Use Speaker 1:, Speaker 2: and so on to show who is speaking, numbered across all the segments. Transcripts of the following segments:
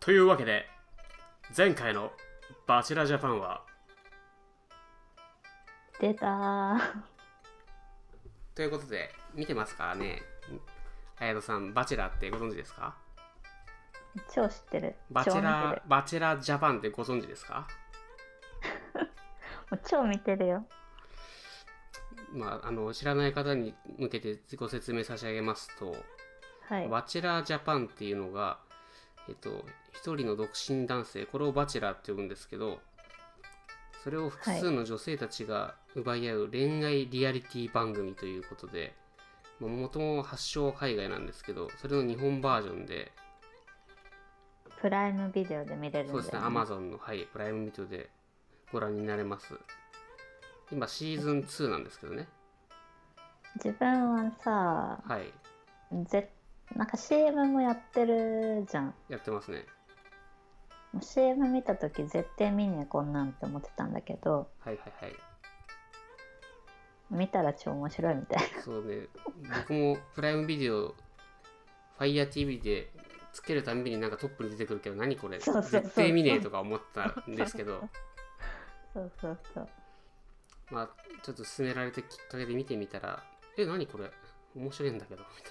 Speaker 1: というわけで前回の「バチェラジャパン」は
Speaker 2: 出た ー。
Speaker 1: ということで見てますからね綾戸さん「バチェラ」ってご存知ですか
Speaker 2: 超知ってる。
Speaker 1: バチェ
Speaker 2: 超見て
Speaker 1: ラ
Speaker 2: る。
Speaker 1: バチェラジャパンってご存知ですか
Speaker 2: もう超見てるよ。
Speaker 1: まあ、あの知らない方に向けてご説明差し上げますと、
Speaker 2: はい。
Speaker 1: バチェラージャパンっていうのが、えっと、一人の独身男性これをバチェラーって呼ぶんですけどそれを複数の女性たちが奪い合う恋愛リアリティ番組ということでもともと発祥は海外なんですけどそれの日本バージョンで
Speaker 2: プライムビデオで見れるんだよ、
Speaker 1: そうですね、アマゾンの、はい、プライムビデオでご覧になれます今シーズン2なんですけどね
Speaker 2: 自分はさ、
Speaker 1: はい
Speaker 2: ぜなんか CM もやってるじゃん。
Speaker 1: やってますね
Speaker 2: もう CM 見た時絶対見ねえこんなんって思ってたんだけど、
Speaker 1: はいはいはい
Speaker 2: 見たら超面白いみたい。
Speaker 1: そうね、僕もプライムビデオ、FireTV でつけるたんびになんかトップに出てくるけど、何これ、
Speaker 2: そうそうそう
Speaker 1: 絶対見ねえとか思ってたんですけど、
Speaker 2: そうそうそう。
Speaker 1: まあ、ちょっと勧められてきっかけで見てみたら、え、何これ、面白いんだけど、みた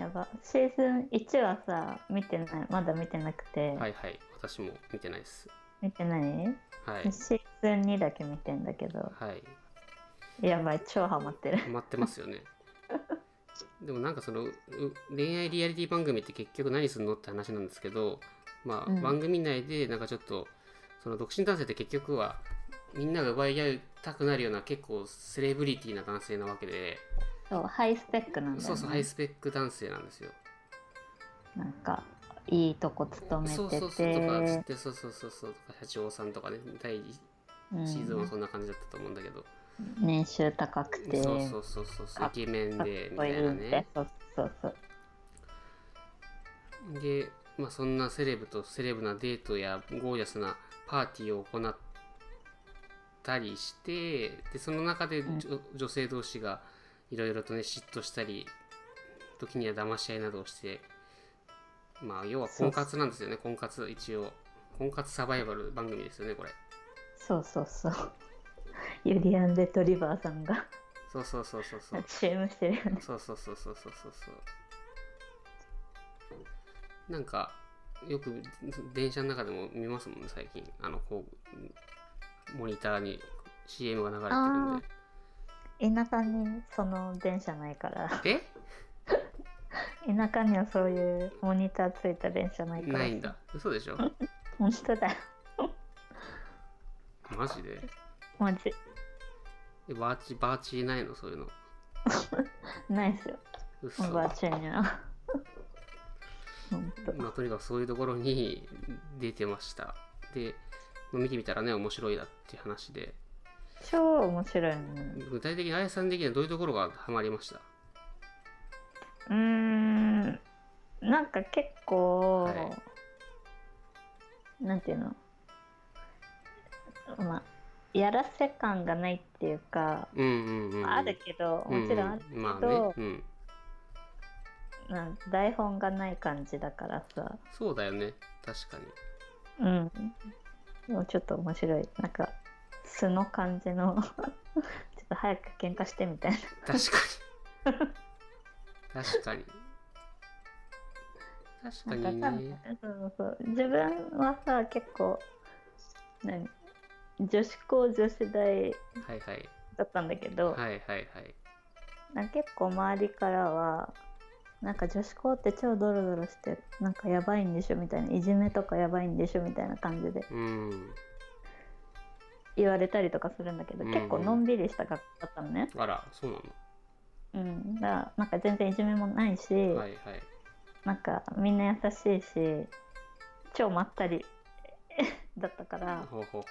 Speaker 1: い
Speaker 2: やば。シーズン1はさ、見てない。まだ見てなくて。
Speaker 1: な。はいはい、私も見てないです。
Speaker 2: 見てない
Speaker 1: はい
Speaker 2: シ。ーズン2だけ見てんだけど、
Speaker 1: はい。
Speaker 2: やばい、超ハマってる。
Speaker 1: 待ってますよね。でもなんかそのう恋愛リアリティ番組って結局何するのって話なんですけど、まあ、
Speaker 2: うん
Speaker 1: 番組内でなんかちょっとその独身男性って結局はみんなが奪い合いたくなるような結構セレブリティな男性なわけで、
Speaker 2: そう、ハイスペックなんだよ、ね。
Speaker 1: そうそうハイスペック男性なんですよ。
Speaker 2: なんかいいとこ勤めてて
Speaker 1: そうそうそうとかつってそうそうそうそうとか社長さんとかね第一
Speaker 2: うん
Speaker 1: シーズンはそんな感じだったと思うんだけど、
Speaker 2: 年収高くて
Speaker 1: そうそうそうそうそう
Speaker 2: か
Speaker 1: イ
Speaker 2: っ
Speaker 1: ケメン
Speaker 2: かっ
Speaker 1: でみ
Speaker 2: こ
Speaker 1: た
Speaker 2: い
Speaker 1: い
Speaker 2: い
Speaker 1: な
Speaker 2: みたい
Speaker 1: ね。
Speaker 2: そうそうそう
Speaker 1: で、まあ、そんなセレブとセレブなデートやゴージャスなパーティーを行ったりしてでその中で
Speaker 2: うん
Speaker 1: じょ、女性同士がいろいろとね嫉妬したり時には騙し合いなどをしてまあ要は婚活なんですよね婚活一応婚活サバイバル番組ですよねこれ
Speaker 2: そうそうそうユリアン・レトリバーさんが
Speaker 1: そうそうそうそうそう
Speaker 2: CM してるよね
Speaker 1: そうそうそうそうそうそうそうなんかよく電車の中でも見ますもんね最近あのこうモニターに CM が流れてるんで
Speaker 2: 田舎にその電車ないから
Speaker 1: え
Speaker 2: 田舎にはそういうモニターついた電車ないから
Speaker 1: ないんだ嘘でしょ
Speaker 2: 本当だよ
Speaker 1: マジで
Speaker 2: マジ
Speaker 1: えバーチバーチーないのそういうの
Speaker 2: ないですよ
Speaker 1: 嘘
Speaker 2: おばあちゃん には本当
Speaker 1: まあ、とにかくそういうところに 出てましたでまあ見てみたらね面白いなっていう話で
Speaker 2: 超面白いね
Speaker 1: 具体的にあやさん的にはどういうところがハマりました
Speaker 2: うーんなんか結構、
Speaker 1: は
Speaker 2: なんていうのまあやらせ感がないっていうか、
Speaker 1: うんうんうんうん
Speaker 2: あるけどもちろんある
Speaker 1: うんうんまあ
Speaker 2: けど
Speaker 1: ね、うん、
Speaker 2: なん台本がない感じだからさ
Speaker 1: そうだよね確かに
Speaker 2: うんもうちょっと面白いなんか素の感じの ちょっと早く喧嘩してみたいな
Speaker 1: 確かに確かに確かに
Speaker 2: なんか
Speaker 1: ね
Speaker 2: 多分そうそう自分はさ結構何女子高女子大
Speaker 1: はいはい
Speaker 2: だったんだけど、
Speaker 1: はいはいはい
Speaker 2: なんか結構周りからはなんか女子校って超ドロドロしてなんかやばいんでしょみたいないじめとかやばいんでしょみたいな感じで
Speaker 1: うん
Speaker 2: 言われたりとかするんだけど、
Speaker 1: うんうん
Speaker 2: 結構のんびりした学校だったのね、
Speaker 1: あらそうな
Speaker 2: うん、だからなんか全然いじめもないし、
Speaker 1: のはいはい
Speaker 2: なんかみんな優しいし超まったり だったから
Speaker 1: ほうほう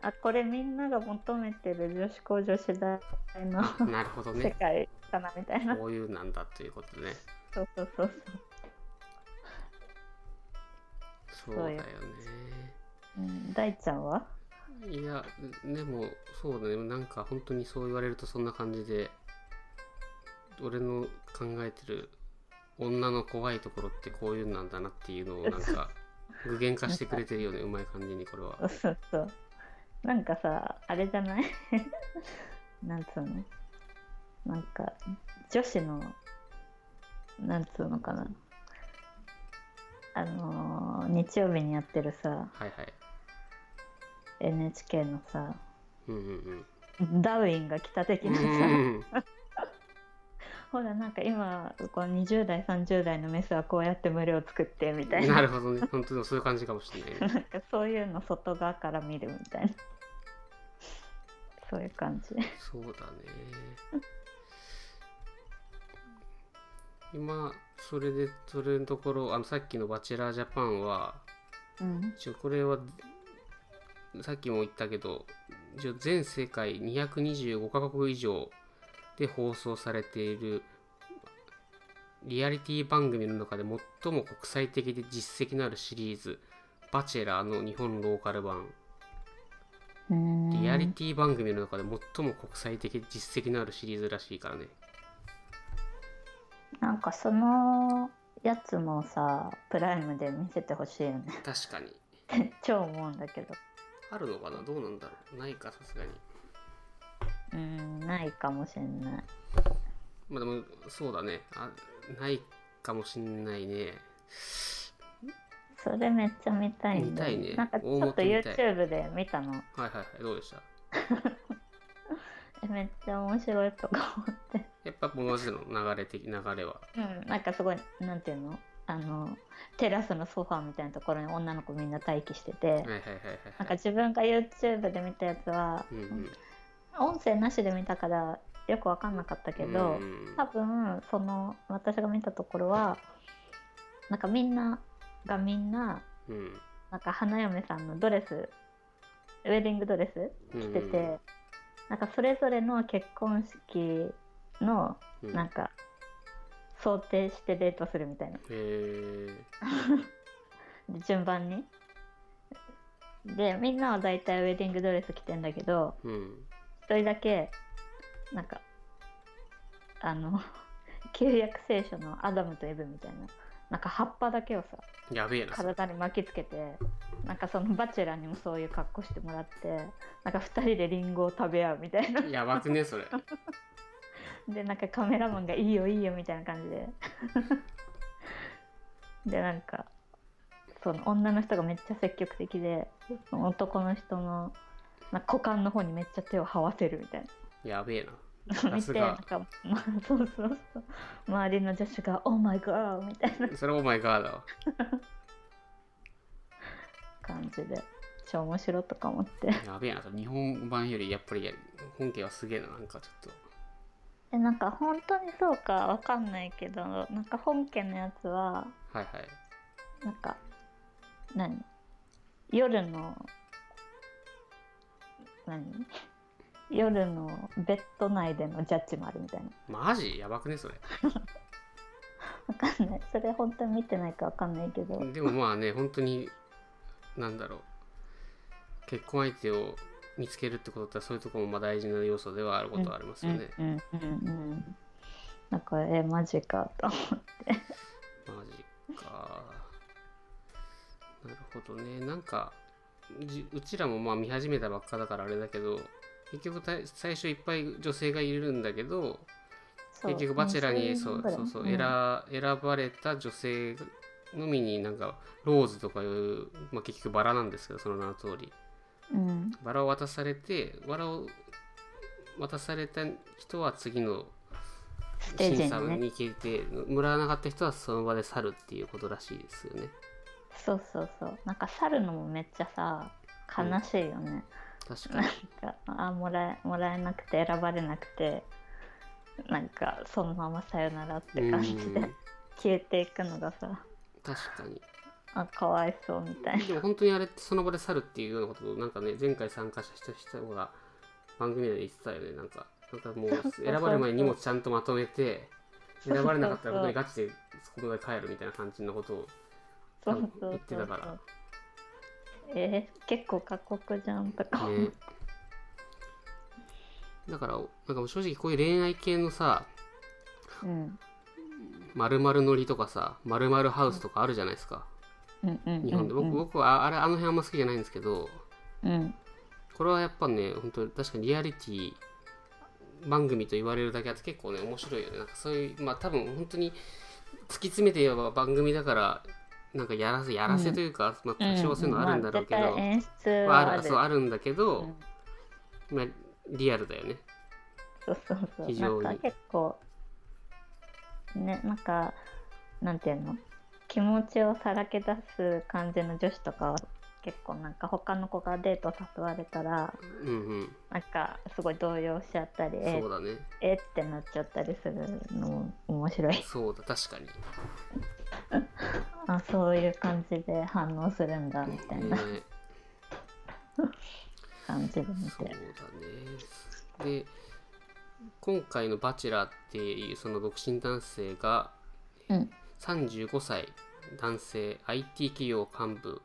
Speaker 2: あこれみんなが求めてる女子校女子大の
Speaker 1: ほうなるほど
Speaker 2: 世
Speaker 1: ね
Speaker 2: 界かなみたいな
Speaker 1: こういうなんだということね
Speaker 2: そうそうそうそう
Speaker 1: そうだよね
Speaker 2: うん大ちゃんはい
Speaker 1: やでもそうだねなんか本当にそう言われるとそんな感じで俺の考えてる女の怖いところってこういうんなんだなっていうのをなん か具現化してくれてるよねうまい感じにこれは
Speaker 2: そうそうそうなんかさあれじゃない なんつうのなんか女子のなんつうのかなあのー日曜日にやってるさ
Speaker 1: はいはい
Speaker 2: NHK のさ
Speaker 1: うんうん
Speaker 2: ダウィンが来た的
Speaker 1: うん
Speaker 2: な
Speaker 1: う
Speaker 2: さ、
Speaker 1: んうん
Speaker 2: ほらなんか今こう20代30代のメスはこうやって群れを作ってみ たいな
Speaker 1: なるほどね本当にそういう感じかもしれないね
Speaker 2: なんかそういうの外側から見るみたいなそういう感じ
Speaker 1: そうだね。今、それで、それのところ、あの、さっきのバチェラージャパンは、
Speaker 2: うん
Speaker 1: 一応これは、さっきも言ったけど、一応全世界225カ国以上で放送されている、リアリティ番組の中で最も国際的で実績のあるシリーズ、バチェラーの日本ローカル版。
Speaker 2: うーん
Speaker 1: リアリティ番組の中で最も国際的実績のあるシリーズらしいからね。
Speaker 2: なんかそのやつもさプライムで見せてほしいよね
Speaker 1: 確かに。
Speaker 2: 超思うんだけど
Speaker 1: あるのかなどうなんだろうないか、さすがに。
Speaker 2: うーんないかもしれない
Speaker 1: まあでも、そうだね。あないかもしんないね。
Speaker 2: それめっちゃ見たいんだよ
Speaker 1: 見たいね
Speaker 2: なんかちょっと
Speaker 1: 大元見たい
Speaker 2: YouTube で見たの
Speaker 1: はいはいはい、どうでした
Speaker 2: えめっちゃ面白いとか思って
Speaker 1: やっぱ同じの流れ的、流れは。
Speaker 2: うん、なんかすごいなんていうのあのテラスのソファーみたいなところに女の子みんな待機してて、
Speaker 1: はいはいはい
Speaker 2: なん
Speaker 1: は
Speaker 2: か
Speaker 1: い。
Speaker 2: 自分が YouTube で見たやつは、
Speaker 1: うんうん、
Speaker 2: 音声なしで見たからよく分かんなかったけど、
Speaker 1: うん
Speaker 2: 多分その私が見たところはなんかみんながみんな
Speaker 1: うん
Speaker 2: なんか花嫁さんのドレスウェディングドレス
Speaker 1: うん、
Speaker 2: 着てて、なんかそれぞれの結婚式の
Speaker 1: うん、
Speaker 2: なんか想定してデートするみたいな。
Speaker 1: へー
Speaker 2: で順番にでみんなは大体ウェディングドレス着てんだけど
Speaker 1: うん。
Speaker 2: 一人だけなんかあの 旧約聖書のアダムとエブみたいななんか葉っぱだけをさ
Speaker 1: やべえな。
Speaker 2: 体に巻きつけてなんかそのバチェラーにもそういう格好してもらってなんか2人でリンゴを食べ合うみたいな
Speaker 1: やばくね、それ。
Speaker 2: でなんかカメラマンが「いいよいいよ」みたいな感じで でなんかその女の人がめっちゃ積極的でその男の人のなんか股間の方にめっちゃ手を這わせるみたい
Speaker 1: やべえな。
Speaker 2: な 見
Speaker 1: す
Speaker 2: て
Speaker 1: が
Speaker 2: なんか、ま、 そうそうそう周りの女子が「オーマイガー」みたいな
Speaker 1: それお前ガーだわ。
Speaker 2: 感じで超面白いとか思って
Speaker 1: やべえな、それ日本版よりやっぱり本家はすげえな、なんかちょっ
Speaker 2: えなんか本当にそうかわかんないけどなんか本家のやつは
Speaker 1: と。はいはい。
Speaker 2: なんか何夜の何夜のベッド内でのジャッジもあるみたいな
Speaker 1: マジやばくね、それ。
Speaker 2: わかんないそれ本当に見てないかわかんないけど、
Speaker 1: でもまあね、本当に、なんだろう。結婚相手を見つけるってことだったら、そういうとこもまあ大事な要素ではあることはありますよね。
Speaker 2: うんうんうんうんなんかえマジかと思って
Speaker 1: マジか。なるほどね。なんか、じうちらもまあ見始めたばっかだからあれだけど、結局た最初いっぱい女性がいるんだけど、
Speaker 2: そう
Speaker 1: 結局バチェラーにそ
Speaker 2: 20
Speaker 1: う
Speaker 2: ぐらい
Speaker 1: そうそう、
Speaker 2: ん
Speaker 1: 選選ばれた女性のみになんかローズとかいう、まあ、結局バラなんですけどその名の通り
Speaker 2: うん
Speaker 1: バラを渡されてバラを渡された人は次の
Speaker 2: ステージ
Speaker 1: 審査
Speaker 2: にね
Speaker 1: に行けてもらわなかった人はその場で去るっていうことらしいですよね
Speaker 2: そうそうそうなんか去るのもめっちゃさ悲しいよね、
Speaker 1: 確か
Speaker 2: なん
Speaker 1: に
Speaker 2: かあもらえもらえなくて選ばれなくてなんかそのままさよならって感じ
Speaker 1: う
Speaker 2: で
Speaker 1: ん
Speaker 2: 消えていくのがさ
Speaker 1: 確かに
Speaker 2: あかわいそうみたい
Speaker 1: でも本当にあれってその場で去るっていうようなことをなんかね前回参加した人が番組で言ってたよねなんかなんかも
Speaker 2: そうそう
Speaker 1: う
Speaker 2: そう
Speaker 1: 選ばれる前に荷物ちゃんとまとめて
Speaker 2: そうそう
Speaker 1: 選ばれなかったら本当にガチでそこまで帰るみたいな感じのことを
Speaker 2: な
Speaker 1: 多
Speaker 2: そう
Speaker 1: 分
Speaker 2: そ
Speaker 1: 言
Speaker 2: う
Speaker 1: って
Speaker 2: そ
Speaker 1: た
Speaker 2: うそ
Speaker 1: か
Speaker 2: う
Speaker 1: ら
Speaker 2: えー、結構過酷じゃんとか、
Speaker 1: ねだからなんかもう正直こういう恋愛系のさ
Speaker 2: うん
Speaker 1: まるまるのりとかさ、まるまるハウスとかあるじゃないですか。
Speaker 2: うんうんうんうん
Speaker 1: 日本で、僕、僕はああれ、あの辺あんま好きじゃないんですけど。
Speaker 2: うん
Speaker 1: これはやっぱね、本当に確かにリアリティ番組と言われるだけあって結構ね、面白いよね。なんかそういう、まあ多分本当に突き詰めて言えば番組だから、なんかやらせ、やらせというか、まあ多少そういうのあるんだろうけど、
Speaker 2: まあ絶対演出
Speaker 1: まあ
Speaker 2: は
Speaker 1: あ
Speaker 2: あ
Speaker 1: る
Speaker 2: る
Speaker 1: そうあるんだけど、
Speaker 2: うん
Speaker 1: まあリアルだよね。
Speaker 2: そうそうそう
Speaker 1: 非常に
Speaker 2: なんか結構ねなんかなんていうの気持ちをさらけ出す感じの女子とかは結構なんか他の子がデート誘われたら
Speaker 1: うんうん。
Speaker 2: なんかすごい動揺しちゃったりえ
Speaker 1: そうだね。
Speaker 2: えってなっちゃったりするのも面白 い
Speaker 1: そうだ、確かに。
Speaker 2: あそういう感じで反応するんだみたいな
Speaker 1: ね
Speaker 2: 感じで見
Speaker 1: そう
Speaker 2: て
Speaker 1: だね。で、今回のバチェラーっていうその独身男性が、
Speaker 2: うん
Speaker 1: 35歳男性 IT 企業幹部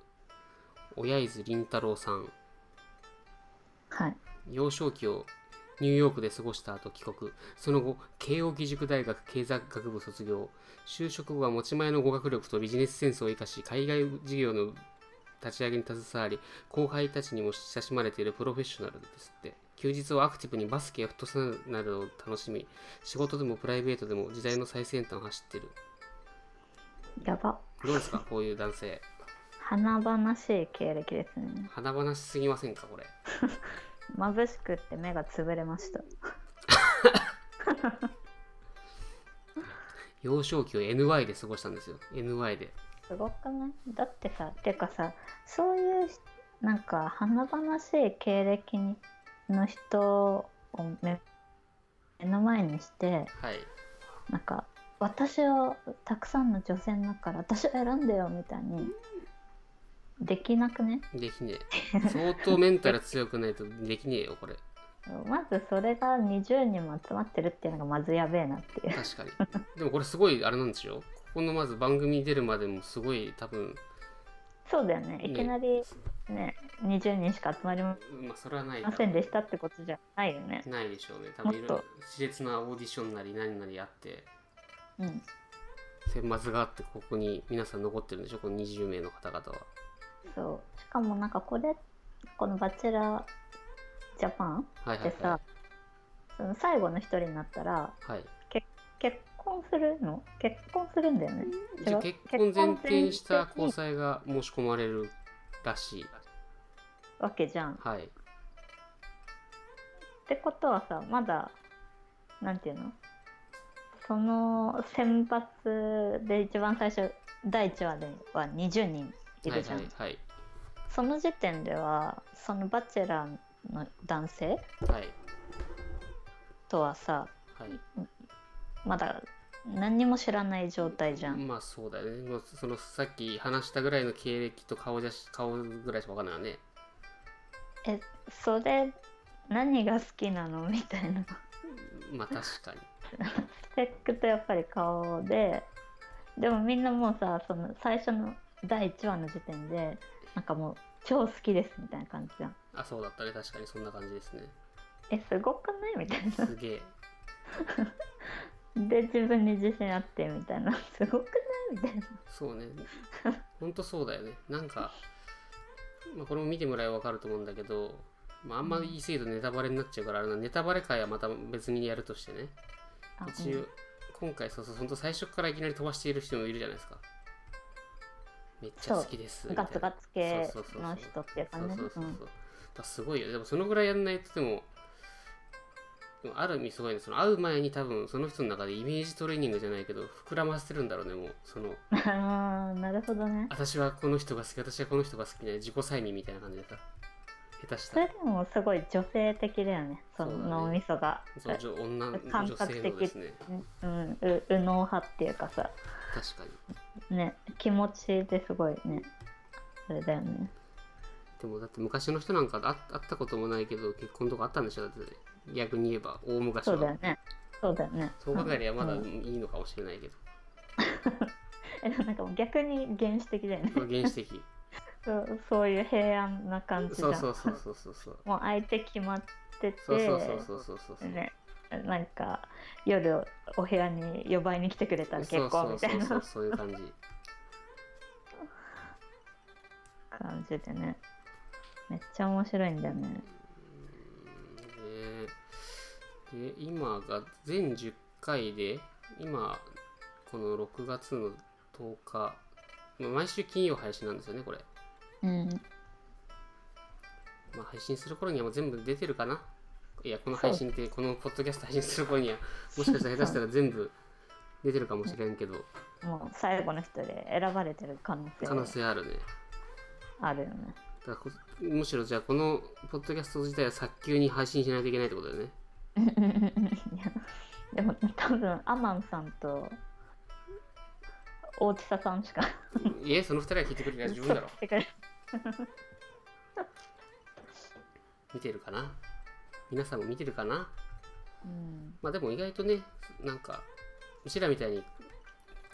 Speaker 1: 親泉倫太郎さん
Speaker 2: はい
Speaker 1: 幼少期をニューヨークで過ごした後帰国その後慶應義塾大学経済学部卒業就職後は持ち前の語学力とビジネスセンスを生かし海外事業の立ち上げに携わり後輩たちにも親しまれているプロフェッショナルですって休日をアクティブにバスケやフットサルなどを楽しみ仕事でもプライベートでも時代の最先端を走ってる
Speaker 2: やば
Speaker 1: どうですかこういう男性
Speaker 2: 華々しい経歴ですね
Speaker 1: 華々しすぎませんかこれ
Speaker 2: 眩しくって目が潰れました
Speaker 1: 幼少期を NY で過ごしたんですよ NY です
Speaker 2: ごくないだってさてかさそういうひなんか華々しい経歴にの人を目目の前にして
Speaker 1: はい
Speaker 2: なんか私をたくさんの女性の中から私を選んでよみたいにできなくね
Speaker 1: できねえ相当メンタル強くないとできねえよこれ
Speaker 2: まずそれが20人も集まってるっていうのがまずやべえなっていう
Speaker 1: 確かにでもこれすごいあれなんですよここのまず番組に出るまでもすごい多分
Speaker 2: そうだよねいきなりね20人しか集まりま
Speaker 1: まあそれはない
Speaker 2: せんでしたってことじゃないよね
Speaker 1: ないでしょうね多分いろい
Speaker 2: も
Speaker 1: ろ
Speaker 2: っ
Speaker 1: 熾烈なオーディションなり何なりあって
Speaker 2: うん
Speaker 1: 選抜があってここに皆さん残ってるんでしょこの20名の方々は
Speaker 2: そうしかもなんかこれこの「バチェラージャパン
Speaker 1: はい」
Speaker 2: っ
Speaker 1: はい
Speaker 2: て
Speaker 1: は
Speaker 2: さその最後の一人になったら
Speaker 1: い、はい、
Speaker 2: 結婚するの結婚するんだよね
Speaker 1: じゃあ
Speaker 2: 違う
Speaker 1: 結婚前提にした
Speaker 2: 結婚
Speaker 1: 交
Speaker 2: 前提に
Speaker 1: 際が申し込まれるらしい
Speaker 2: わけじゃんっ
Speaker 1: はい
Speaker 2: てことはさまだなんていうのその選抜で一番最初第1話では20人い
Speaker 1: はい
Speaker 2: るじゃ
Speaker 1: は
Speaker 2: ん、
Speaker 1: いはい
Speaker 2: その時点ではその「バチェラー」の男性
Speaker 1: はい
Speaker 2: とはさ
Speaker 1: はい
Speaker 2: まだ何にも知らない状態じゃん
Speaker 1: まあそうだよね。もうそのさっき話したぐらいの経歴と顔じゃし顔ぐらいしかわかんないよね。
Speaker 2: えそれ何が好きなのみたいな
Speaker 1: まあ確かに。
Speaker 2: スペックとやっぱり顔ででもみんなもうさその最初の第1話の時点でなんかもう超好きですみたいな感じじゃん
Speaker 1: あそうだったね確かにそんな感じですね。
Speaker 2: えすごくないみたいな
Speaker 1: すげえ。
Speaker 2: で自分に自信あってみたいなすごくないみたいな
Speaker 1: そうね。ほんとそうだよね。なんか、まあ、これも見てもらえばわかると思うんだけど、まああんま言い過ぎるとネタバレになっちゃうからあれなネタバレ会はまた別にやるとしてね。
Speaker 2: あ
Speaker 1: 一応今回そうそうほんと最初からいきなり飛ばしている人もいるじゃないですか。めっちゃ好きです
Speaker 2: うん
Speaker 1: みたいな。
Speaker 2: ガツガツ系
Speaker 1: そうそうそうそう
Speaker 2: の人っていうか
Speaker 1: そう
Speaker 2: ね
Speaker 1: そうそうそうう。
Speaker 2: ん
Speaker 1: だからすごいよね。でもそのぐらいやんないとでも、でもある意味すごいね。その会う前に多分その人の中でイメージトレーニングじゃないけど、膨らませてるんだろうね、もう。その、
Speaker 2: あーなるほどね
Speaker 1: 私はこの人が好き、私はこの人が好きみたいな自己催眠みたいな感じでさ、下手し
Speaker 2: そ
Speaker 1: たら
Speaker 2: れでもすごい女性的だよねそ
Speaker 1: そうだね
Speaker 2: の脳みそが
Speaker 1: そう女女
Speaker 2: 感
Speaker 1: 女
Speaker 2: 覚
Speaker 1: 性
Speaker 2: 的
Speaker 1: のですね。
Speaker 2: うん、う右脳派っていうかさ
Speaker 1: 確かに。
Speaker 2: ね気持ちですごいねあれだよね
Speaker 1: でもだって昔の人なんかあ会ったこともないけど、結婚とかあったんでしょだって逆に言えば、大昔
Speaker 2: そうだよ
Speaker 1: は。
Speaker 2: ねそうだよね
Speaker 1: そう考えりゃまだ
Speaker 2: う
Speaker 1: い
Speaker 2: ん
Speaker 1: いのかもしれないけど、
Speaker 2: えでもなんかもう逆に原始的だよね
Speaker 1: まあ原始的。
Speaker 2: そうそういう平安な感じじゃ
Speaker 1: そ
Speaker 2: ん
Speaker 1: うそうそうそうそうそう。
Speaker 2: もう相手決まってて
Speaker 1: そうそうそうそうそうそう。
Speaker 2: ねなんか夜お部屋に呼ばいに来てくれたら
Speaker 1: そ
Speaker 2: 結
Speaker 1: うそ
Speaker 2: 構
Speaker 1: う
Speaker 2: みたい
Speaker 1: そうそう
Speaker 2: な
Speaker 1: そういう感じ
Speaker 2: 感じでねめっちゃ面白いんだよね
Speaker 1: うんねで今が全10回で今この6月の10日まあ毎週金曜配信なんですよねこれ、
Speaker 2: うん
Speaker 1: まあ、配信する頃にはもう全部出てるかないやこの配信ってこのポッドキャスト配信する頃にはもしかしたら下手したら全部出てるかもしれんけど
Speaker 2: もう最後の人で選ばれてる可能
Speaker 1: 可能
Speaker 2: 性
Speaker 1: 性あるね
Speaker 2: あるよね
Speaker 1: だからこむしろじゃあこのポッドキャスト自体は早急に配信しないといけないってことだよね
Speaker 2: うんうんうんうん いやでも多分アマンさんと大地佐さんしか
Speaker 1: い えその2人が聞いてくれりゃ十分だろ
Speaker 2: てか
Speaker 1: 見てるかな皆さんも見てるかな
Speaker 2: うん
Speaker 1: まあでも意外とねなんかうちらみたいに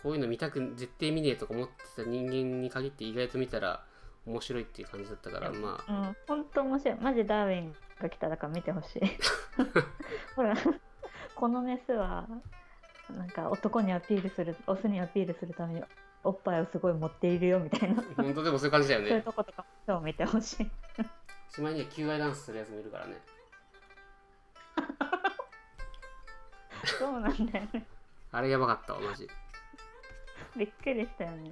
Speaker 1: こういうの見たく絶対見ねえとか思ってた人間に限って意外と見たら面白いっていう感じだったからまあ
Speaker 2: うん本当面白いマジダーウィンが来ただから見てほ しいほらこのメスはなんか男にアピールするオスにアピールするためにおっぱいをすごい持っているよみたいな
Speaker 1: 本当でもそういう感じだよ
Speaker 2: そういう
Speaker 1: ね
Speaker 2: とことか今日見てほしい
Speaker 1: しまいには求愛ダンスするやつもいるからね
Speaker 2: そうなんだよね
Speaker 1: あれやばかったわマジ
Speaker 2: びっくりしたよね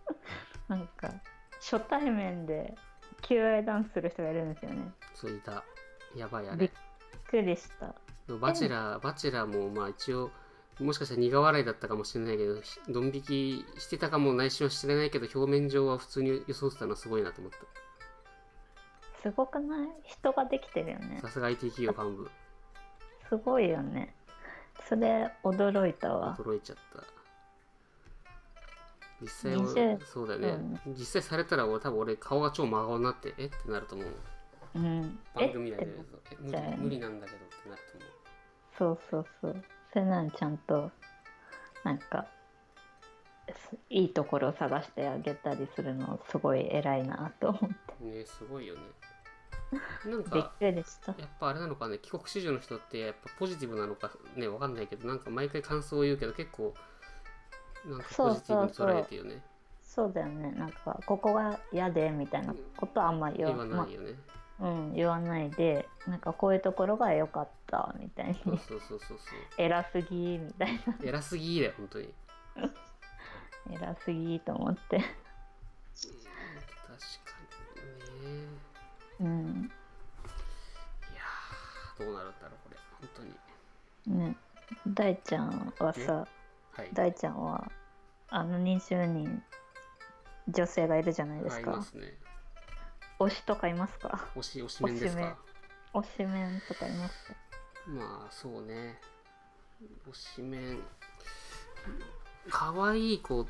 Speaker 2: なんか初対面で求愛ダンスする人がいるんですよね
Speaker 1: そういたやばいあ
Speaker 2: びっ
Speaker 1: れ
Speaker 2: びっくりした
Speaker 1: でもバチェラーバチェラーもまあ一応もしかしたら苦笑いだったかもしれないけどひドン引きしてたかも内心はしてないけど表面上は普通に予想してたのはすごいなと思っ
Speaker 2: すごくない人ができてるよ
Speaker 1: た
Speaker 2: ね
Speaker 1: さすが IT 企業幹部
Speaker 2: すごいよねそれ驚いたわ
Speaker 1: 驚いちゃった実際
Speaker 2: 20
Speaker 1: はそうだよね、実際されたら俺多分俺顔が超真顔になってえってなると思う
Speaker 2: うんえ
Speaker 1: 番組内で
Speaker 2: っ
Speaker 1: え
Speaker 2: て
Speaker 1: 無
Speaker 2: じ
Speaker 1: 理
Speaker 2: ゃあ
Speaker 1: 無理なんだけどってなると思う
Speaker 2: そうそうそうそれなのにちゃんとなんかすいいところを探してあげたりするのすごい偉いなと思って
Speaker 1: ねすごいよねなん
Speaker 2: びっ
Speaker 1: か
Speaker 2: くりした
Speaker 1: やっぱあれなのかね帰国子女の人ってやっぱポジティブなのかねわかんないけどなんか毎回感想を言うけど結構なんかポジティブに捉えてよね
Speaker 2: そうだよねなんかここが嫌でみたいなことはあんま言わ
Speaker 1: 言わ
Speaker 2: ま
Speaker 1: ないよね、
Speaker 2: うん、言わないでなんかこういうところが良かったみたいに
Speaker 1: そうそうそうそうそ
Speaker 2: 偉すぎみたいな
Speaker 1: う偉すぎだよ本当に
Speaker 2: 偉すぎと思って、
Speaker 1: 確かにね
Speaker 2: うん
Speaker 1: いやーどうなるんだろうこれ本当に
Speaker 2: ね、大ちゃんはさ
Speaker 1: はい
Speaker 2: 大ちゃんはあの20人女性がいるじゃないです
Speaker 1: い
Speaker 2: か、
Speaker 1: ますね
Speaker 2: 推しとかいますか
Speaker 1: 推し推しメンですか
Speaker 2: 推しメンとかいますか
Speaker 1: まあそうね推しメン可愛い子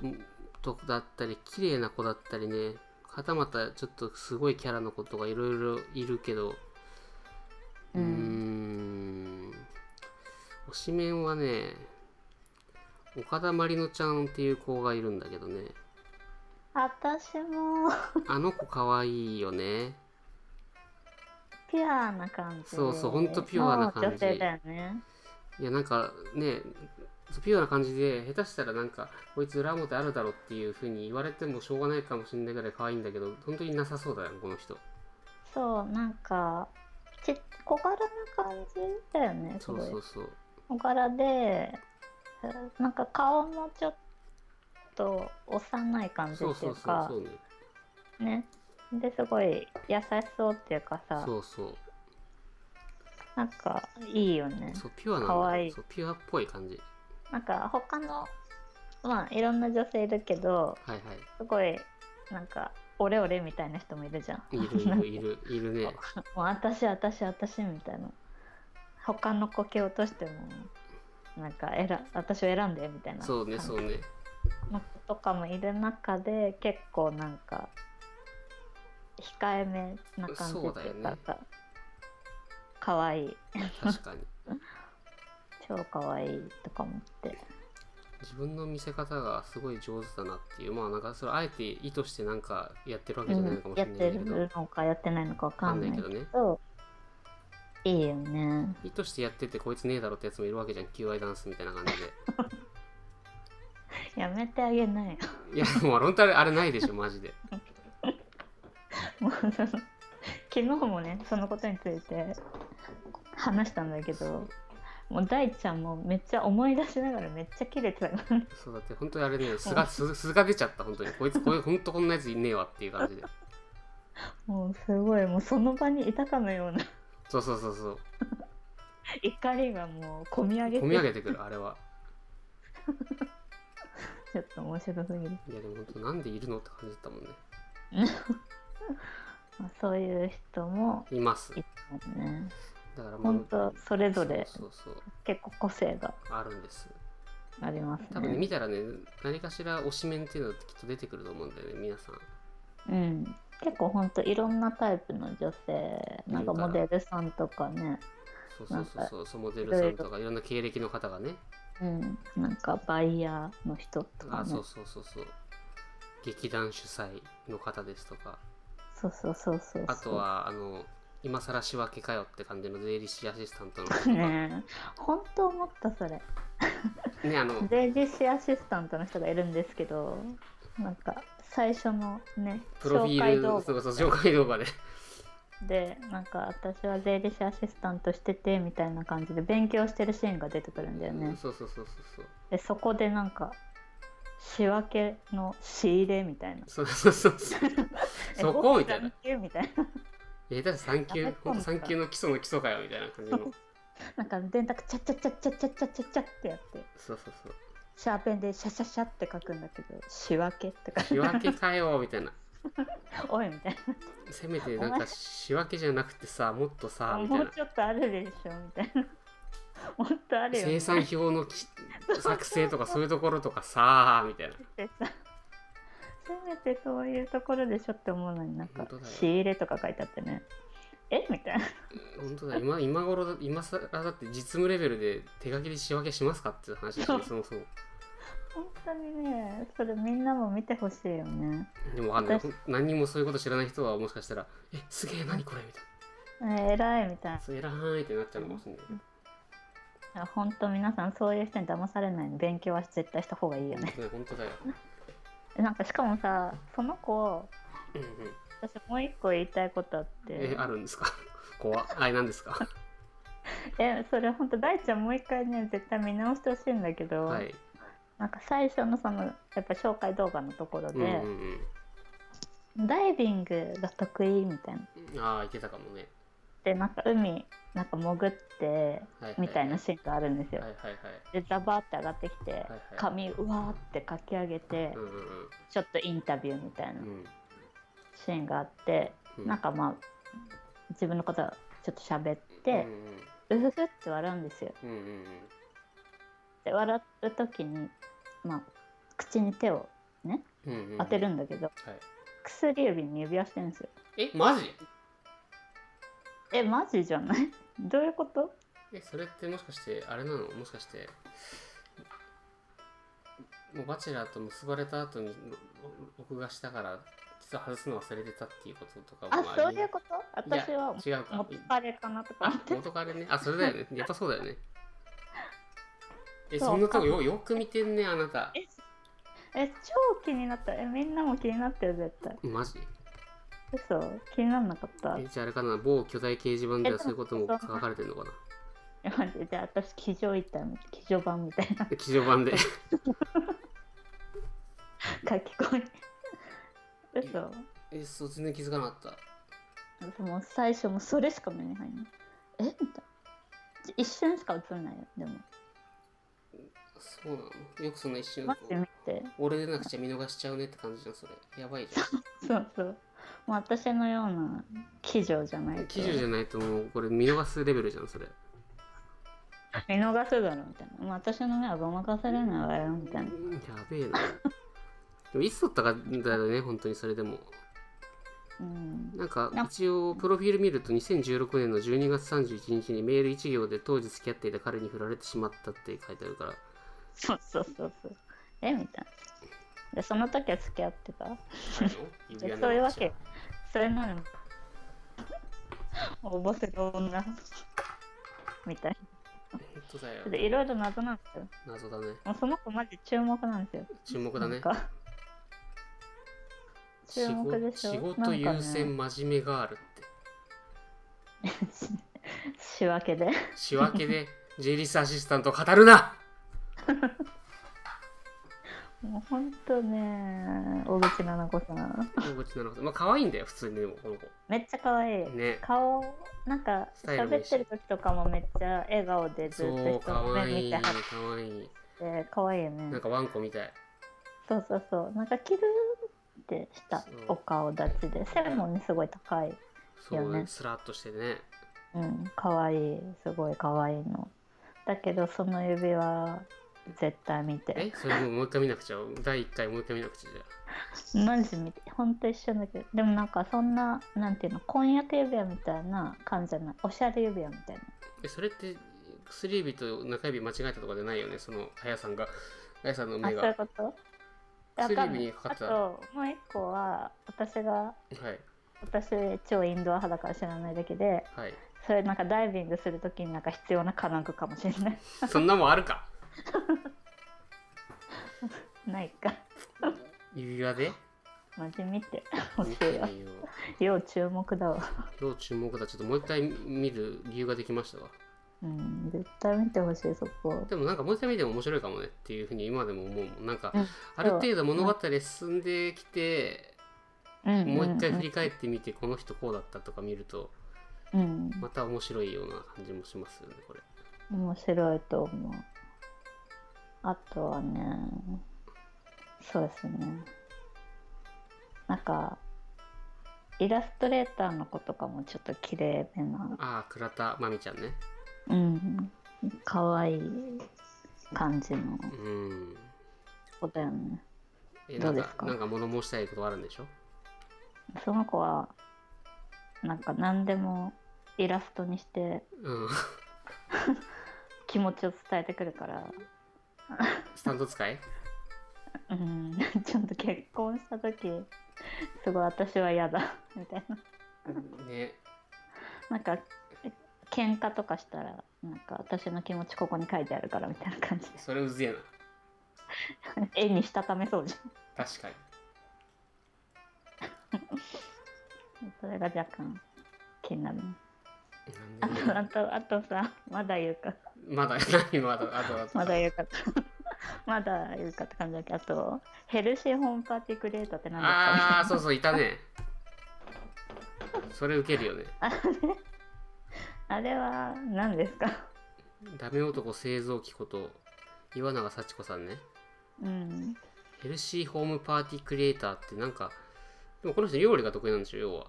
Speaker 1: とだったり綺麗な子だったりねはたまたちょっとすごいキャラの子とかいろいろいるけどうー
Speaker 2: うん
Speaker 1: ん推しメンはね岡田まりのちゃんっていう子がいるんだけどね
Speaker 2: 私も
Speaker 1: あの子可愛いよね
Speaker 2: ピュアな感じ
Speaker 1: そうそうほんとピュアな感じ
Speaker 2: の女性だよね
Speaker 1: いやなんかねピュアな感じで下手したらなんかこいつ裏表あるだろっていう風に言われてもしょうがないかもしれないぐらい可愛いんだけど本当になさそうだよこの人
Speaker 2: そうなんかち小柄な感じだよねす
Speaker 1: そ
Speaker 2: ご
Speaker 1: う
Speaker 2: い
Speaker 1: そうそう
Speaker 2: 小柄でえーなんか顔もちょっと幼い感じ
Speaker 1: そう
Speaker 2: ってい
Speaker 1: そううそう
Speaker 2: か
Speaker 1: そうね
Speaker 2: ねですごい優しそうっていうかさ
Speaker 1: そうそう
Speaker 2: なんかいいよね
Speaker 1: そうピュアなんだ
Speaker 2: 可愛い
Speaker 1: そうピュアっぽい感じ
Speaker 2: なんか他のまあいろんな女性いるけど
Speaker 1: はいは
Speaker 2: すごいなんかオレオレみたいな人もいるじゃん
Speaker 1: いい るいるいるいるね
Speaker 2: もう 私私私みたいな他の子蹴落としてもなんか選私を選んでみたいな
Speaker 1: そうねそうね
Speaker 2: のとかもいる中で結構なんか控えめな感じっていうか
Speaker 1: そう
Speaker 2: さ可愛、いい
Speaker 1: 確かに
Speaker 2: 超可愛いとか思って
Speaker 1: 自分の見せ方がすごい上手だなっていうまあなんかそれあえて意図してなんかやってるわけじゃないのかもし
Speaker 2: や
Speaker 1: れ
Speaker 2: っ
Speaker 1: ない
Speaker 2: て
Speaker 1: けど、わ
Speaker 2: るのかやってないのかわか
Speaker 1: かん
Speaker 2: ん
Speaker 1: ない
Speaker 2: ない
Speaker 1: け
Speaker 2: け
Speaker 1: どね
Speaker 2: どいいよね
Speaker 1: 意図してやっててこいつねえだろってやつもいるわけじゃん求愛ダンスみたいな感じで
Speaker 2: やめてあげないよ
Speaker 1: いやもう本当あれあれないでしょマジで
Speaker 2: もうそ の昨日もねそのことについて話したんだけどもう大ちゃんもめっちゃ思い出しながらめっちゃキレてたから
Speaker 1: そうだって本当にあれね素が素素が出ちゃった本当にこいつこういう本当こんなやついねえわっていう感じで
Speaker 2: もうすごいもうその場にいたかのような
Speaker 1: そうそうそうそう
Speaker 2: 怒りがもうこみ上げ
Speaker 1: 込み上
Speaker 2: て
Speaker 1: げてくるあれは
Speaker 2: ちょっと面白すぎる、
Speaker 1: いやでも本当なんでいるのって感じだったもんね
Speaker 2: まあ、そういう人も
Speaker 1: います
Speaker 2: いたもんね
Speaker 1: だからも
Speaker 2: 本
Speaker 1: う
Speaker 2: 当それぞれ
Speaker 1: そうそうそう
Speaker 2: 結構個性が
Speaker 1: あるんです
Speaker 2: あります
Speaker 1: 多分ね
Speaker 2: ね
Speaker 1: 見たらね何かしら推しメンっていうのがきっと出てくると思うんだよね皆さん
Speaker 2: うん結構ほんといろんなタイプの女性なんかモデルさんとかね
Speaker 1: そうそうそうそうそうモデルさんとかいろんな経歴の方がね
Speaker 2: うんなんかバイヤーの人とか
Speaker 1: あ
Speaker 2: ね
Speaker 1: そうそうそうそう劇団主催の方ですとか
Speaker 2: そうそうそうそう
Speaker 1: あとはあの今更仕分けかよって感じの税理士アシスタントの方とかね
Speaker 2: ねえ本当思ったそれ
Speaker 1: あの
Speaker 2: 税理士アシスタントの人がいるんですけどなんか最初のね
Speaker 1: プロフィ
Speaker 2: 紹介
Speaker 1: ー
Speaker 2: 動
Speaker 1: ルそう
Speaker 2: 画
Speaker 1: そう紹介動画で
Speaker 2: でなんか私は税理士アシスタントしててみたいな感じで勉強してるシーンが出てくるんだよね、
Speaker 1: うんそうそうそうそう
Speaker 2: でそこでなんか仕分けの仕入れみたいな
Speaker 1: そうそうそうそうそう そこみたいな
Speaker 2: えご飯何級みたいな
Speaker 1: えだって3
Speaker 2: や
Speaker 1: 級
Speaker 2: め込
Speaker 1: ほん
Speaker 2: む
Speaker 1: と
Speaker 2: か
Speaker 1: 3級の基礎の基礎かよみたいな感じの
Speaker 2: そうなんか電卓チャッチャッチャッチャッチャッチャッチャッチャッってやって
Speaker 1: そうそうそう
Speaker 2: シャーペンでシャシャシャって書くんだけど仕分けって書
Speaker 1: 仕
Speaker 2: いて
Speaker 1: 分けかよみたいな
Speaker 2: おいみたい
Speaker 1: せめてなんか仕分けじゃなくてさもっと
Speaker 2: な
Speaker 1: さみた
Speaker 2: も
Speaker 1: いうな
Speaker 2: ちょっとあるでしょみたいな もっとあるよ、
Speaker 1: 生
Speaker 2: ね、
Speaker 1: 産表の き作成とかそういうところとかさみたいな
Speaker 2: ってさせめてそういうところでしょって思うのになんか
Speaker 1: 本当だよ
Speaker 2: 仕入れとか書いてあってねえみたいな
Speaker 1: 本当だ今今頃だ今更だって実務レベルで手書きで仕分けしますかっていう話だよねそもそも
Speaker 2: 本当にねそれみんなも見てほしいよね
Speaker 1: でもあの
Speaker 2: 私
Speaker 1: 何にもそういうこと知らない人はもしかしたら「えすげえ何これ」みたい
Speaker 2: え偉いみたいな
Speaker 1: な「そうえらーい」ってなっちゃうのかもしれない
Speaker 2: いや本当皆さんそういう人に騙されないの勉強は絶対した方がいいよね
Speaker 1: けど本当だよ
Speaker 2: えなんかしかもさその子
Speaker 1: うんうん
Speaker 2: 私もう一個言いたいことあって
Speaker 1: えあるんですか怖っあれなんですか
Speaker 2: えそれ本当大ちゃんもう一回ね絶対見直してほしいんだけど、
Speaker 1: はい
Speaker 2: なんか最初のそのやっぱ紹介動画のところ
Speaker 1: うんう
Speaker 2: で、
Speaker 1: ん
Speaker 2: ダイビングが得意みたいな
Speaker 1: うんああいけたかもね
Speaker 2: でなんか海なんか潜って
Speaker 1: はは
Speaker 2: みたいな
Speaker 1: は
Speaker 2: シーンがあるんです
Speaker 1: い
Speaker 2: よ、
Speaker 1: はいはいはい
Speaker 2: でザバーって上がってきて、
Speaker 1: はい
Speaker 2: 髪うわーってかき上げて、
Speaker 1: うんうん
Speaker 2: ちょっとインタビューみたいな
Speaker 1: うんうん
Speaker 2: シーンがあって、
Speaker 1: うん
Speaker 2: なんかまあ自分のことをちょっと喋っ
Speaker 1: う
Speaker 2: て
Speaker 1: ん、うん
Speaker 2: うふふって笑うんですよ。
Speaker 1: うんうんうん
Speaker 2: で笑う時に、まあ、口に手を
Speaker 1: うんうんうん
Speaker 2: 当てるんだけど、
Speaker 1: はい
Speaker 2: 薬指に指輪してるんですよ。
Speaker 1: えマジ
Speaker 2: えマジじゃない どういうこと
Speaker 1: えそれってもしかしてあれなのもしかしてもうバチェラーと結ばれた後にお録画したから実は外すの忘れてたっていうこととか
Speaker 2: あ
Speaker 1: も
Speaker 2: そう
Speaker 1: り
Speaker 2: いうこと私はい
Speaker 1: や違うか
Speaker 2: 元カレかなとか思っ
Speaker 1: あ
Speaker 2: て
Speaker 1: 元カレねあそれだよ ねやっぱそうだよねえ
Speaker 2: そう
Speaker 1: そんなとこよよく見てんねあなた
Speaker 2: ええ超気になったえみんなも気になってる絶対
Speaker 1: マジ
Speaker 2: 嘘気になんなかった
Speaker 1: えじゃああれかな某巨大掲示板で
Speaker 2: え
Speaker 1: はそういうことも
Speaker 2: そう
Speaker 1: 書かれてん のかな
Speaker 2: えマジで私騎乗板騎乗版みたいな
Speaker 1: 記事版で
Speaker 2: 書き込み嘘
Speaker 1: えそう全然気づかなかった
Speaker 2: もう最初もうそれしか目に入んないえみたいな一瞬しか映んないよでも
Speaker 1: そうなのよくそんな一瞬
Speaker 2: 待って見て
Speaker 1: 俺でなくちゃ見逃しちゃうねって感じじゃんそれやばいじゃん
Speaker 2: そうそうもう私のような騎乗じゃないと
Speaker 1: 記事じゃないともうこれ見逃すレベルじゃんそれ
Speaker 2: 見逃すだろみたいなもう私の目はごまかされないわよみたい
Speaker 1: や
Speaker 2: な
Speaker 1: べえなでもいっそったかだよね本当にそれでも
Speaker 2: うん
Speaker 1: なんか一応プロフィール見ると2016年の12月31日にメール1行で当時付き合っていた彼に振られてしまったって書いてあるから
Speaker 2: そうそうそうそうえみたいなでその時は付き合ってたやそういうわけそれなのに。応募する女。みたい
Speaker 1: 本当だよ
Speaker 2: な。いろいろ謎なんですよ。
Speaker 1: 謎だね
Speaker 2: もうその子マジ注目なんですよ。
Speaker 1: 注目だ
Speaker 2: な
Speaker 1: ね
Speaker 2: んか注目でしょ
Speaker 1: 仕事仕事優先真面目ガールって
Speaker 2: 仕分けで。
Speaker 1: 仕分けで J リスアシスタントを語るな
Speaker 2: もうほんとね、小口七子さん。
Speaker 1: 大口なのまあ可愛いんだよ普通にでもこの子
Speaker 2: めっちゃ可愛い。
Speaker 1: ね
Speaker 2: 顔、なんか
Speaker 1: スタイルもい
Speaker 2: 喋
Speaker 1: い
Speaker 2: っ
Speaker 1: して
Speaker 2: る時とかもめっちゃ笑顔でずっ
Speaker 1: そう
Speaker 2: と人の
Speaker 1: 可
Speaker 2: 目
Speaker 1: 愛
Speaker 2: 見
Speaker 1: い
Speaker 2: て
Speaker 1: 可
Speaker 2: はっ
Speaker 1: 愛い
Speaker 2: て、可愛いよ
Speaker 1: な
Speaker 2: ね
Speaker 1: ん。かワンコみたい
Speaker 2: そうそうそう。なんかキルンってした
Speaker 1: そう
Speaker 2: お顔立ちで、背もね、すごい高い。
Speaker 1: そう
Speaker 2: よね
Speaker 1: スラッとしてね
Speaker 2: うん、可愛いすごい可愛いの。だけどその指輪絶対見て。
Speaker 1: えそれもうもう一回見なくちゃ第一回もう一回見なくちゃじゃあ
Speaker 2: マジ見て、ほんと一緒だけど、でもなんかそんな、なんていうの、婚約指輪みたいな感じじゃない、おしゃれ指輪みたいな。
Speaker 1: えそれって薬指と中指間違えたとかじゃないよねそのあやさんがあやさんの
Speaker 2: あ、
Speaker 1: 目
Speaker 2: そう
Speaker 1: が
Speaker 2: い
Speaker 1: は
Speaker 2: うこと
Speaker 1: 薬指
Speaker 2: わんない
Speaker 1: にかか
Speaker 2: あ
Speaker 1: って
Speaker 2: と
Speaker 1: た
Speaker 2: もう一個は私が
Speaker 1: い
Speaker 2: 私超インドア派だから知らないだけで
Speaker 1: はい
Speaker 2: それなんかダイビングするときになんか必要な金具かもしれない
Speaker 1: そんなもんあるか
Speaker 2: ないか
Speaker 1: 指輪で
Speaker 2: マジ見てほ
Speaker 1: 見
Speaker 2: してい
Speaker 1: みよ
Speaker 2: よ要注目だわ
Speaker 1: う今日注目だちょっともう一回見る理由ができましたわ
Speaker 2: うん絶対見てほしいそこ
Speaker 1: でもなんかもう一回見ても面白いかもねっていうふうに今でも思うもんなんか
Speaker 2: うん
Speaker 1: ある程度物語進んできて
Speaker 2: うん
Speaker 1: もう一回振
Speaker 2: り
Speaker 1: り返ってみてこの人こうだったとか見ると
Speaker 2: うん
Speaker 1: また面白いような感じもしますよねこれ
Speaker 2: 面白いと思うあとはねそうですねなんかイラストレーターの子とかもちょっと綺麗めな
Speaker 1: ああ倉田真美ちゃんね
Speaker 2: うん可愛い感じの
Speaker 1: うん
Speaker 2: 子だよね
Speaker 1: え
Speaker 2: ど
Speaker 1: な
Speaker 2: うんです
Speaker 1: か
Speaker 2: か
Speaker 1: なんか物申したいことあるんでしょ
Speaker 2: その子はなんか何でもイラストにして
Speaker 1: うん
Speaker 2: 気持ちを伝えてくるから
Speaker 1: スタンド使い
Speaker 2: うん、 ちょっと結婚した時すごい私は嫌だみたいな
Speaker 1: ね
Speaker 2: なんかえ喧嘩とかしたらなんか私の気持ちここに書いてあるからみたいな 感じで
Speaker 1: それうぜえな
Speaker 2: 絵にしたためそうじ
Speaker 1: 確 かに
Speaker 2: ゃんそれが若干気になるねあ
Speaker 1: なんで
Speaker 2: とあとあとさまだ言うか
Speaker 1: まだ何まだあと あと
Speaker 2: まだ言うかまだ言うかって感じだけどあとヘルシーホームパーティークリエイターって何ですかみたいな
Speaker 1: ああそうそういたねそれウケるよね
Speaker 2: あれは何ですか
Speaker 1: ダメ男製造機こと岩永幸子さんね
Speaker 2: うん
Speaker 1: ヘルシーホームパーティークリエイターってなんかでもこの人料理が得意なんでしょ要は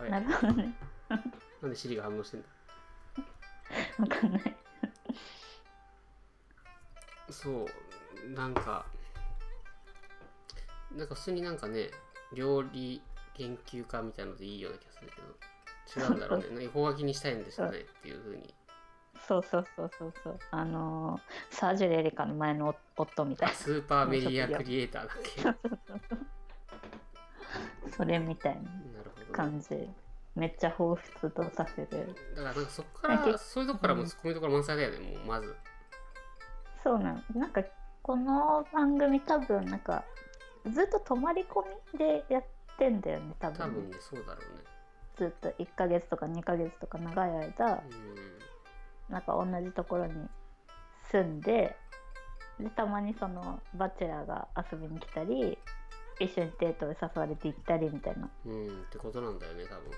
Speaker 1: はい
Speaker 2: なるほどね
Speaker 1: なんでシリが反応してんだ
Speaker 2: わかんない
Speaker 1: そうなんかなんか普通になんかね料理研究家みたいのでいいような気がするけど違うんだろう ねなんか方書きにしたいんですかねっていうふうに
Speaker 2: そうそうそうそうそうあのー、サージュレリカの前の夫みたい
Speaker 1: スーパーメディアクリエイターだっ けなる
Speaker 2: なそれみたい
Speaker 1: ほ
Speaker 2: な
Speaker 1: どね
Speaker 2: 感じめっちゃ彷彿とさせる
Speaker 1: だからなんかそこからそういうとこからもうツッコミどころ満載だよねもうまず
Speaker 2: そうなのなんかこの番組多分なんかずっと泊まり込みでやってんだよね多分
Speaker 1: 多分ねそうだろ
Speaker 2: ずっと1ヶ月とか2ヶ月とか長い間
Speaker 1: うね
Speaker 2: なんか同じところに住んででたまにそのバチェラーが遊びに来たり一緒にデートで誘われて行ったりみたいな
Speaker 1: うん、うん、ってことなんだよね多分
Speaker 2: っ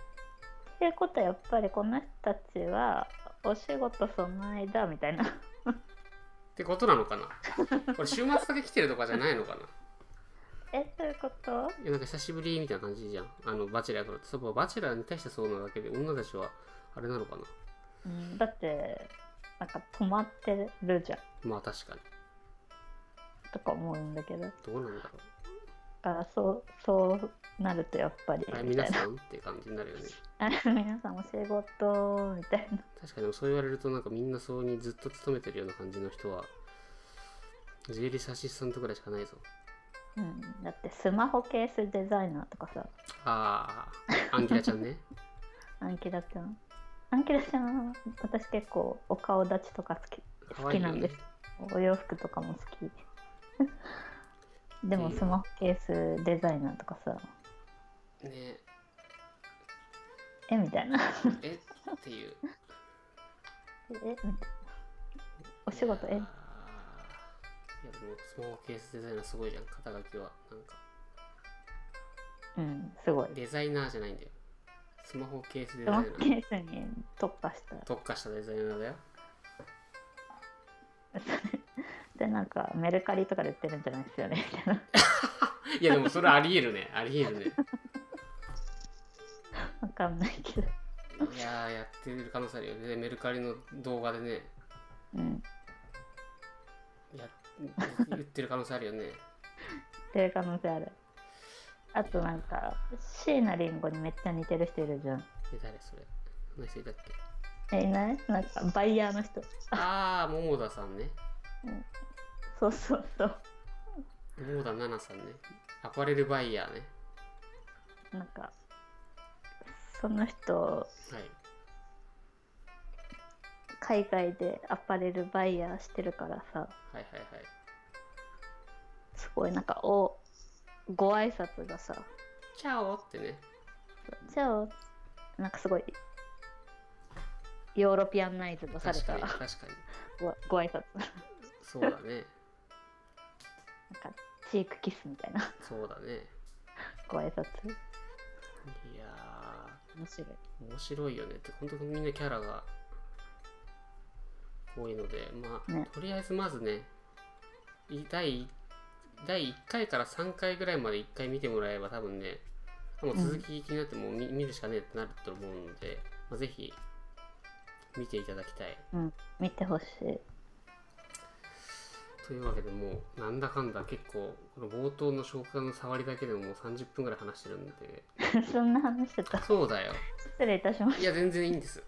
Speaker 2: ていうことはやっぱりこの人たちはお仕事その間みたいな
Speaker 1: ってことなのかなこれ週末だけ来てるとかじゃないのかな
Speaker 2: えそういうこと
Speaker 1: いやなんか久しぶりみたいな感じじゃんあのバチェラーからそうバチェラーに対してそうなだけで女たちはあれなのかな
Speaker 2: だってなんか止まってるじゃん
Speaker 1: まあ確かに
Speaker 2: とか思うんだけどだ
Speaker 1: どうなんだろ
Speaker 2: からそうそうなるとやっぱり
Speaker 1: うあれ
Speaker 2: みた
Speaker 1: 皆
Speaker 2: いな
Speaker 1: さんって感じになるよね
Speaker 2: あれ 皆さんお仕事みたいな
Speaker 1: 確かにそう言われるとなんかみんなそうにずっと勤めてるような感じの人は税理士アシスタントぐらいしかないぞ
Speaker 2: うん、だってスマホケースデザイナーとかさ
Speaker 1: ああアンギラちゃんね
Speaker 2: アンキラちゃん。アアンキラちゃんは私結構お顔立ちとか好き好きなんですお洋服とかも好 きでもスマホケースデザイナーとかさ
Speaker 1: すね
Speaker 2: えみたいな
Speaker 1: えっていう
Speaker 2: えみたいなお仕事
Speaker 1: いやーい
Speaker 2: え
Speaker 1: やでもスマホケースデザイナーすごいじゃん肩書きはなんか
Speaker 2: うんすごい
Speaker 1: デザイナーじゃないんだよスマホケースデザイ
Speaker 2: ス
Speaker 1: ナ
Speaker 2: マホ
Speaker 1: ー
Speaker 2: ケースに特化した
Speaker 1: 特化したデザイナーだよ
Speaker 2: でなんかメルカリとかで売ってるんじゃないですよねみたいない
Speaker 1: やでもそれありえるねありえるね
Speaker 2: わかんないけど
Speaker 1: いやーやってる可能性あるよねでメルカリの動画でね
Speaker 2: うん
Speaker 1: や言ってる可能性あるよね
Speaker 2: ってる可能性あるあとなんか椎名林檎にめっちゃ似てる人いるじゃん
Speaker 1: え誰それこの人いたっけ
Speaker 2: えいないなんかバイヤーの人
Speaker 1: ああ桃田さんね
Speaker 2: そうそうそう
Speaker 1: 桃田奈々さんねアパレルバイヤーね
Speaker 2: なんかその人
Speaker 1: はい
Speaker 2: 海外でアパレルバイヤーしてるからさ
Speaker 1: はいはいはい
Speaker 2: すごいなんかおご挨拶がさ
Speaker 1: 「チャオ!」ってね
Speaker 2: 「じゃあ」なんかすごいヨーロピアンナイズとされ
Speaker 1: 確かに
Speaker 2: た
Speaker 1: 確かに
Speaker 2: ごご挨拶
Speaker 1: そうだね
Speaker 2: なんかチークキスみたいな
Speaker 1: そうだね
Speaker 2: ご挨拶
Speaker 1: いや
Speaker 2: 面白い
Speaker 1: ー面白いよねって本当にみんなキャラが多いのでまあ、
Speaker 2: ね
Speaker 1: とりあえずまずねい第第1回から3回ぐらいまで1回見てもらえば多分ねもう続き気になってもう見,、見るしかねえってなると思うので、まあ、ぜひ見ていただきたい
Speaker 2: うん見てほしい
Speaker 1: というわけでもうなんだかんだ結構この冒頭の消化の触りだけでももう30分ぐらい話してるんで
Speaker 2: そんな話してた
Speaker 1: そうだよ
Speaker 2: 失礼いたしまし
Speaker 1: いや全然いいんです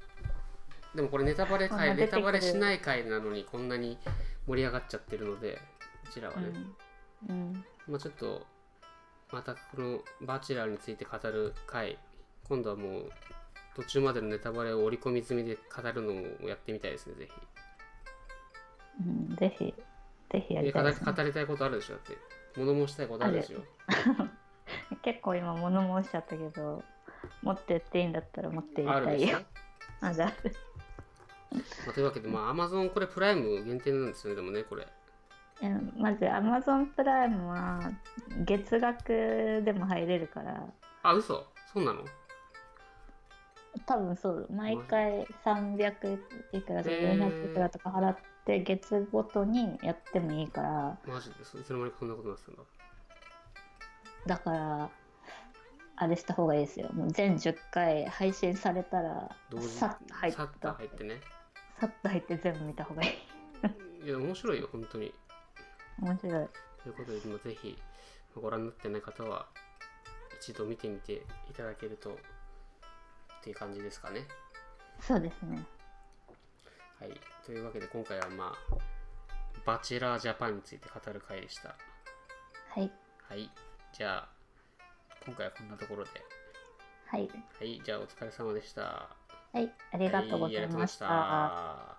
Speaker 1: でもこれネタバレ
Speaker 2: こんな
Speaker 1: 回
Speaker 2: 出
Speaker 1: ネ
Speaker 2: てくる
Speaker 1: タバレしない回なのにこんなに盛り上がっちゃってるのでこちらは
Speaker 2: た、う
Speaker 1: ね、
Speaker 2: んうん、
Speaker 1: まあちょっとまたこの「バチェラー」について語る回今度はもう途中までのネタバレを織り込み済みで語るのをやってみたいですねぜ
Speaker 2: うん、ぜひぜひ
Speaker 1: ひ
Speaker 2: や
Speaker 1: で
Speaker 2: りた
Speaker 1: 語
Speaker 2: い
Speaker 1: り
Speaker 2: です、ね、
Speaker 1: 語りたいことあるでしょだって物申したいことあるでしょ
Speaker 2: 結構今物申しちゃったけど持ってっていいんだったら持ってい
Speaker 1: あ
Speaker 2: た
Speaker 1: る
Speaker 2: い
Speaker 1: でしょ
Speaker 2: よ、あじゃあ
Speaker 1: まあ、というわけでまあ Amazon これプライム限定なんですよねでもねこれ
Speaker 2: うんまず Amazon プライムは月額でも入れるから
Speaker 1: あ嘘そうなの
Speaker 2: 多分そう毎回300いくらとか
Speaker 1: へー
Speaker 2: 400いくらとか払って月ごとにやってもいいから
Speaker 1: マジでそいつの間にかそんなことになってたんだ
Speaker 2: だからあれした方がいいですよもう全10回配信されたら
Speaker 1: 同時
Speaker 2: さっと入っ
Speaker 1: さっと
Speaker 2: た
Speaker 1: 入ってね
Speaker 2: さっと入って全部見た方がいい
Speaker 1: いや面白いよ本当に
Speaker 2: 面白い
Speaker 1: ということで、まあぜひまあご覧になってない方は一度見てみていただけるとっていう感じですかね。
Speaker 2: そうですね
Speaker 1: はい、というわけで今回はまあ「バチェラージャパン」について語る回でした。
Speaker 2: はい
Speaker 1: はい、じゃあ今回はこんなところで。
Speaker 2: はい
Speaker 1: はい、じゃあお疲れ様でした。
Speaker 2: はいありがとうご
Speaker 1: はい
Speaker 2: ざ
Speaker 1: あり
Speaker 2: い
Speaker 1: がとう
Speaker 2: ました、
Speaker 1: ございました